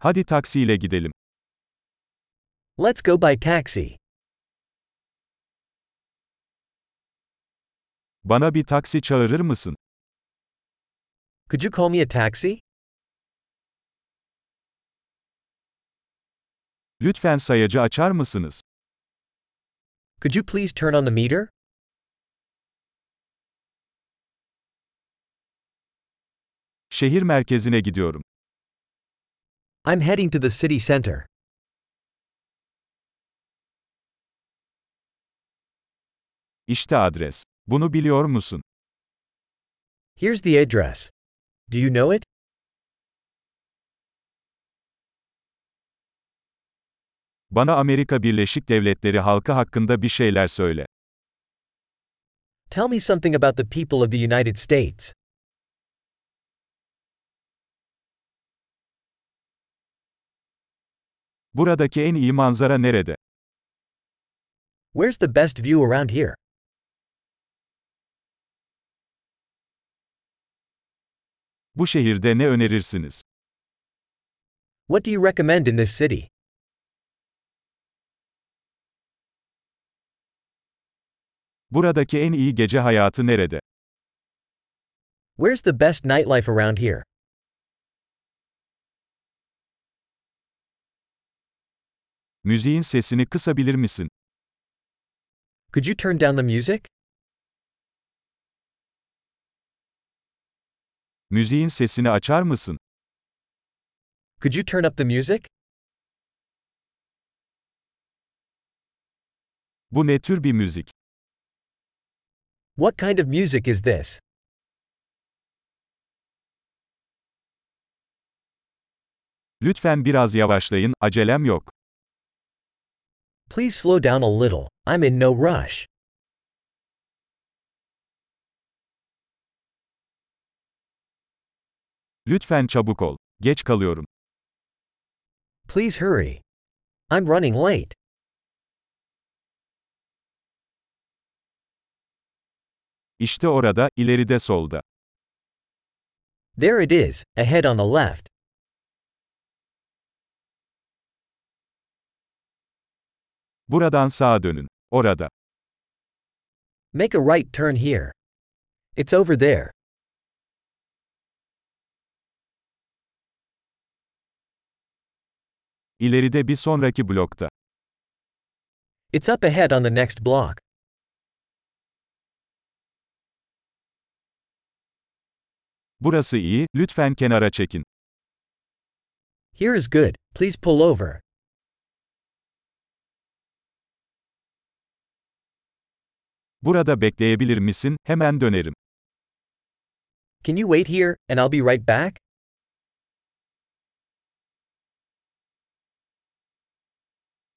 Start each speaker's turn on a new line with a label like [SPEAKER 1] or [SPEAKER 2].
[SPEAKER 1] Hadi taksiyle gidelim.
[SPEAKER 2] Let's go by taxi.
[SPEAKER 1] Bana bir taksi çağırır mısın?
[SPEAKER 2] Could you call me a taxi?
[SPEAKER 1] Lütfen sayacı açar mısınız?
[SPEAKER 2] Could you please turn on the meter?
[SPEAKER 1] Şehir merkezine gidiyorum.
[SPEAKER 2] I'm heading to the city center.
[SPEAKER 1] İşte adres. Bunu biliyor musun?
[SPEAKER 2] Here's the address. Do you know it?
[SPEAKER 1] Bana Amerika Birleşik Devletleri halkı hakkında bir şeyler söyle.
[SPEAKER 2] Tell me something about the people of the United States.
[SPEAKER 1] Buradaki en iyi manzara nerede?
[SPEAKER 2] Where's the best view around here?
[SPEAKER 1] Bu şehirde ne önerirsiniz?
[SPEAKER 2] What do you recommend in this city?
[SPEAKER 1] Buradaki en iyi gece hayatı nerede?
[SPEAKER 2] Where's the best nightlife around here?
[SPEAKER 1] Müziğin sesini kısabilir misin?
[SPEAKER 2] Could you turn down the music?
[SPEAKER 1] Müziğin sesini açar mısın?
[SPEAKER 2] Could you turn up the music?
[SPEAKER 1] Bu ne tür bir müzik?
[SPEAKER 2] What kind of music is this?
[SPEAKER 1] Lütfen biraz yavaşlayın, acelem yok.
[SPEAKER 2] Please slow down a little. I'm in no rush.
[SPEAKER 1] Lütfen çabuk ol. Geç kalıyorum.
[SPEAKER 2] Please hurry. I'm running late.
[SPEAKER 1] İşte orada, ileride solda.
[SPEAKER 2] There it is, ahead on the left.
[SPEAKER 1] Buradan sağa dönün. Orada.
[SPEAKER 2] Make a right turn here. It's over there.
[SPEAKER 1] İleride bir sonraki blokta.
[SPEAKER 2] It's up ahead on the next block.
[SPEAKER 1] Burası iyi, lütfen kenara çekin.
[SPEAKER 2] Here is good. Please pull over.
[SPEAKER 1] Burada bekleyebilir misin? Hemen dönerim.
[SPEAKER 2] Can you wait here, and I'll be right back?